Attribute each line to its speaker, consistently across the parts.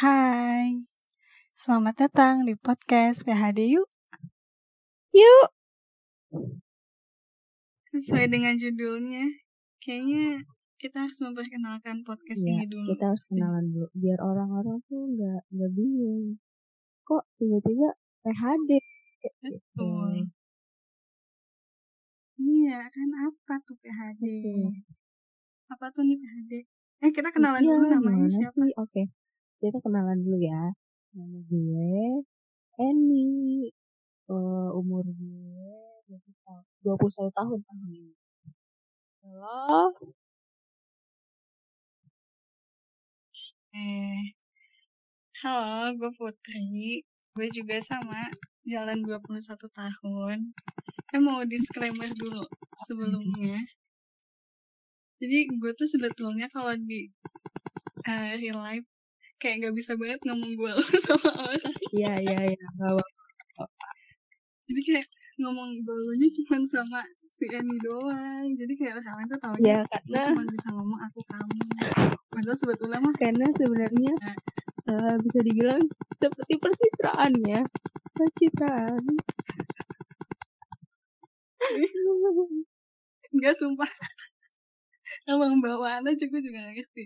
Speaker 1: Hai, selamat datang di podcast PHD yuk.
Speaker 2: Yuk.
Speaker 1: Sesuai dengan judulnya, kayaknya kita harus memperkenalkan podcast
Speaker 2: Iya,
Speaker 1: ini dulu.
Speaker 2: kita harus kenalan dulu biar orang-orang tuh nggak nggak bingung. Kok tiba-tiba PHD? Gitu.
Speaker 1: Betul. Iya, kan apa tuh PHD?
Speaker 2: Betul.
Speaker 1: Apa tuh nih PHD? Eh, kita kenalan
Speaker 2: Iya,
Speaker 1: dulu namanya
Speaker 2: gimana
Speaker 1: siapa?
Speaker 2: sih? Oke. Kita kenalan dulu ya. Nama gue Eni. Eh, umur gue 20 tahun- 21 tahun tahun ini. Halo.
Speaker 1: Eh, halo, gue Putri. Gue juga sama, jalan 21 tahun. Saya mau disclaimer dulu sebelumnya. Jadi gue tuh sebetulnya kalau di eh, real life kayak nggak bisa banget ngomong gue sama orang.
Speaker 2: Iya, iya, iya. Gak apa
Speaker 1: Jadi kayak ngomong gue cuma sama si Eni doang. Jadi kayak orang tuh taunya
Speaker 2: Ya,
Speaker 1: gue
Speaker 2: karena
Speaker 1: cuma bisa ngomong aku kamu. Padahal sebetulnya mah Nah,
Speaker 2: karena sebenarnya eh, bisa dibilang seperti pencitraan ya pencitraan
Speaker 1: Enggak sumpah Emang bawaan aja gue juga gak ngerti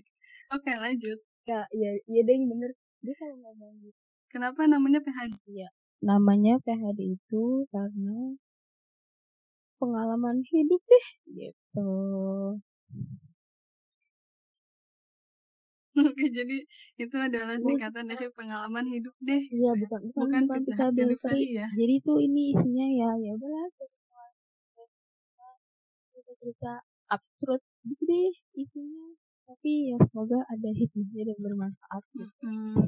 Speaker 1: Oke lanjut
Speaker 2: ya ya ya deh yang bener dia kalau ngomong gitu
Speaker 1: Kenapa namanya PHD?
Speaker 2: namanya PHD itu karena pengalaman hidup deh gitu
Speaker 1: Oke jadi itu adalah singkatan dari pengalaman hidup deh
Speaker 2: iya bukan bukan bukan,
Speaker 1: Bukan
Speaker 2: kita
Speaker 1: pizza
Speaker 2: delivery.
Speaker 1: delivery ya
Speaker 2: jadi itu ini isinya ya ya udahlah cerita cerita absurd gitu deh isinya tapi ya semoga ada hikmahnya dan bermanfaat gitu.
Speaker 1: Hmm,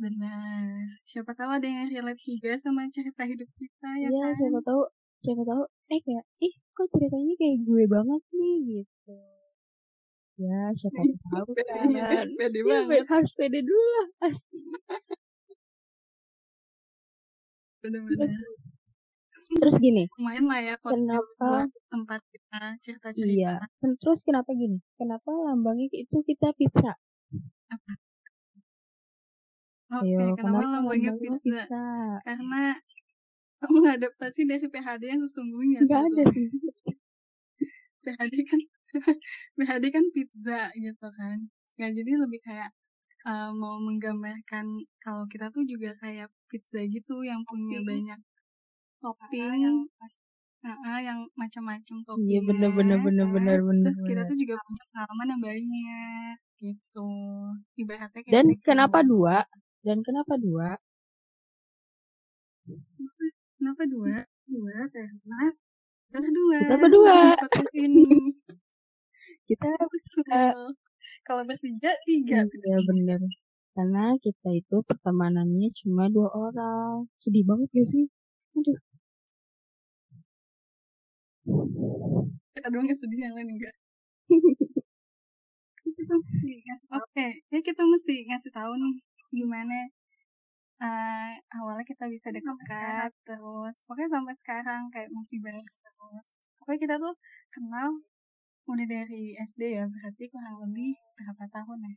Speaker 1: Benar Siapa tahu ada yang relate juga sama cerita hidup kita ya
Speaker 2: Iya,
Speaker 1: kan
Speaker 2: siapa tahu, siapa tahu, eh kayak, ih kok ceritanya kayak gue banget nih gitu. Ya, siapa tahu
Speaker 1: Pede,
Speaker 2: kan.
Speaker 1: ya, pede
Speaker 2: Iya,
Speaker 1: banget
Speaker 2: bet- harus pede dulu lah.
Speaker 1: benar-benar
Speaker 2: Terus gini,
Speaker 1: Lumayan lah ya podcast
Speaker 2: Kenapa?
Speaker 1: buat tempat kita
Speaker 2: iya.
Speaker 1: cerita-cerita
Speaker 2: Ken- Terus kenapa gini? Kenapa lambangnya itu kita pizza?
Speaker 1: Oke
Speaker 2: Ayo,
Speaker 1: kenapa lambangnya pizza? Ya, Karena mengadaptasi dari PHD yang sesungguhnya
Speaker 2: Enggak ada
Speaker 1: sebetulnya.
Speaker 2: sih.
Speaker 1: PHD kan PHD kan pizza gitu kan nggak jadi lebih kayak eh, mau menggambarkan kalau kita tuh juga kayak pizza gitu yang punya
Speaker 2: Topping.
Speaker 1: banyak topping
Speaker 2: yang-
Speaker 1: ah, ah, yang macam-macam topping
Speaker 2: Iya, bener, bener, bener, bener, bener.
Speaker 1: terus kita
Speaker 2: bener.
Speaker 1: tuh juga punya pengalaman yang banyak gitu ibaratnya kayak
Speaker 2: Dan
Speaker 1: gitu.
Speaker 2: kenapa dua? Dan kenapa dua?
Speaker 1: kenapa dua dua karena kita berdua
Speaker 2: Kita berdua.
Speaker 1: di podcast ini
Speaker 2: Kita
Speaker 1: Betul. Kalau bertiga, tiga.
Speaker 2: Iya bener Karena kita itu pertemanannya cuma dua orang Sedih banget gak sih? Aduh
Speaker 1: Kita doang yang sedih, yang lain enggak. Oke, ya kita mesti ngasih tahu nih gimana eh, awalnya kita bisa dekat terus pokoknya sampai sekarang kayak masih bareng terus. Pokoknya kita tuh kenal udah dari SD ya, berarti kurang lebih berapa tahun ya?
Speaker 2: Kan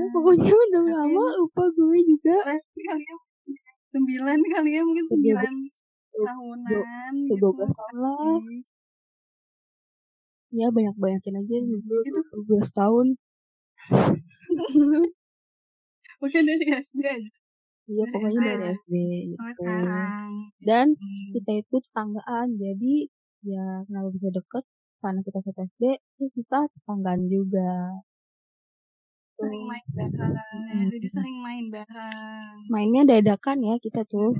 Speaker 1: Eh,
Speaker 2: Pokoknya udah
Speaker 1: tapi- Iya,
Speaker 2: lama lupa gue juga
Speaker 1: ya, sembilan kali ya mungkin
Speaker 2: Sembilan.
Speaker 1: sembilan tahunan
Speaker 2: Udah
Speaker 1: gitu. Iya,
Speaker 2: 12 tahun lah
Speaker 1: Ih,
Speaker 2: Ya banyak-banyakin aja
Speaker 1: Iya,
Speaker 2: dulu
Speaker 1: gitu.
Speaker 2: 12 tahun
Speaker 1: Mungkin dari SD aja
Speaker 2: Iya
Speaker 1: Dari
Speaker 2: pokoknya
Speaker 1: SD.
Speaker 2: dari SD
Speaker 1: sampai
Speaker 2: gitu
Speaker 1: sekarang.
Speaker 2: Dan
Speaker 1: Hmm.
Speaker 2: kita itu tetanggaan Jadi ya kenapa bisa deket Karena kita satu SD Terus kita tetanggaan juga
Speaker 1: Sering main bareng, Iya,
Speaker 2: Hmm.
Speaker 1: jadi sering main bareng.
Speaker 2: Mainnya dadakan ya kita tuh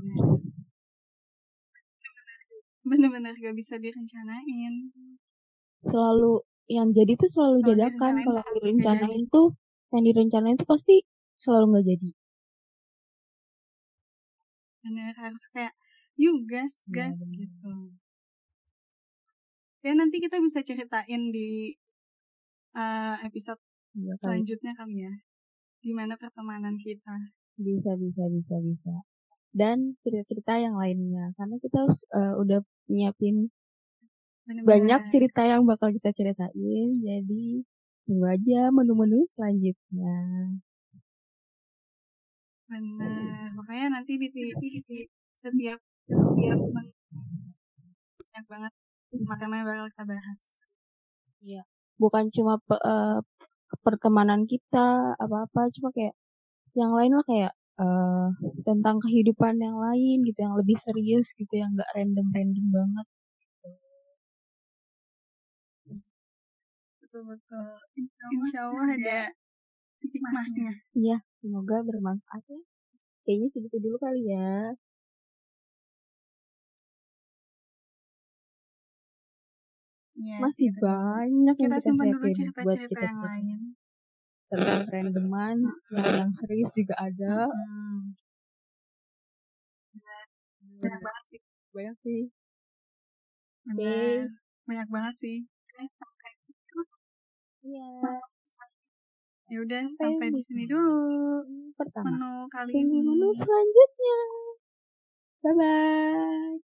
Speaker 1: Bener-bener gak bisa direncanain.
Speaker 2: selalu yang jadi tuh selalu
Speaker 1: Kalau
Speaker 2: dadakan
Speaker 1: direncanain
Speaker 2: kalau
Speaker 1: selalu nggak
Speaker 2: direncanain tuh yang direncanain tuh pasti selalu nggak jadi
Speaker 1: Bener harus kayak, you gas,
Speaker 2: Iya,
Speaker 1: gas
Speaker 2: bener.
Speaker 1: gitu. Ya nanti kita bisa ceritain di eh, episode
Speaker 2: Iya kali.
Speaker 1: selanjutnya kali ya. Gimana pertemanan kita.
Speaker 2: bisa bisa bisa bisa dan cerita-cerita yang lainnya karena kita harus, eh, udah nyiapin
Speaker 1: Bener-bener.
Speaker 2: banyak cerita yang bakal kita ceritain jadi tunggu aja menu-menu selanjutnya.
Speaker 1: Benar. Makanya nanti di, di, di setiap setiap men- banyak banget makanan yang bakal kita bahas.
Speaker 2: Bukan cuma pe- eh, pertemanan kita apa-apa, cuma kayak yang lain lah kayak eh, tentang kehidupan yang lain gitu, yang lebih serius gitu, yang gak random-random banget.
Speaker 1: Betul betul. Insya Allah ada hikmahnya. Iya,
Speaker 2: Semoga bermanfaat ya. Kayaknya segitu dulu kali ya.
Speaker 1: Ya,
Speaker 2: Masih
Speaker 1: gitu.
Speaker 2: banyak yang
Speaker 1: Kita
Speaker 2: kita
Speaker 1: simpan dulu
Speaker 2: siapin buat
Speaker 1: cerita-cerita
Speaker 2: kita
Speaker 1: yang
Speaker 2: cerita.
Speaker 1: lain.
Speaker 2: tentang randoman yang, yang serius juga ada
Speaker 1: Hmm. Banyak banget sih.
Speaker 2: banyak sih
Speaker 1: Benar. Banyak banget sih.
Speaker 2: iya
Speaker 1: Ya udah
Speaker 2: Sampai
Speaker 1: sampai
Speaker 2: di
Speaker 1: di sini dulu
Speaker 2: pertama
Speaker 1: menu kali
Speaker 2: menu
Speaker 1: ini.
Speaker 2: selanjutnya bye bye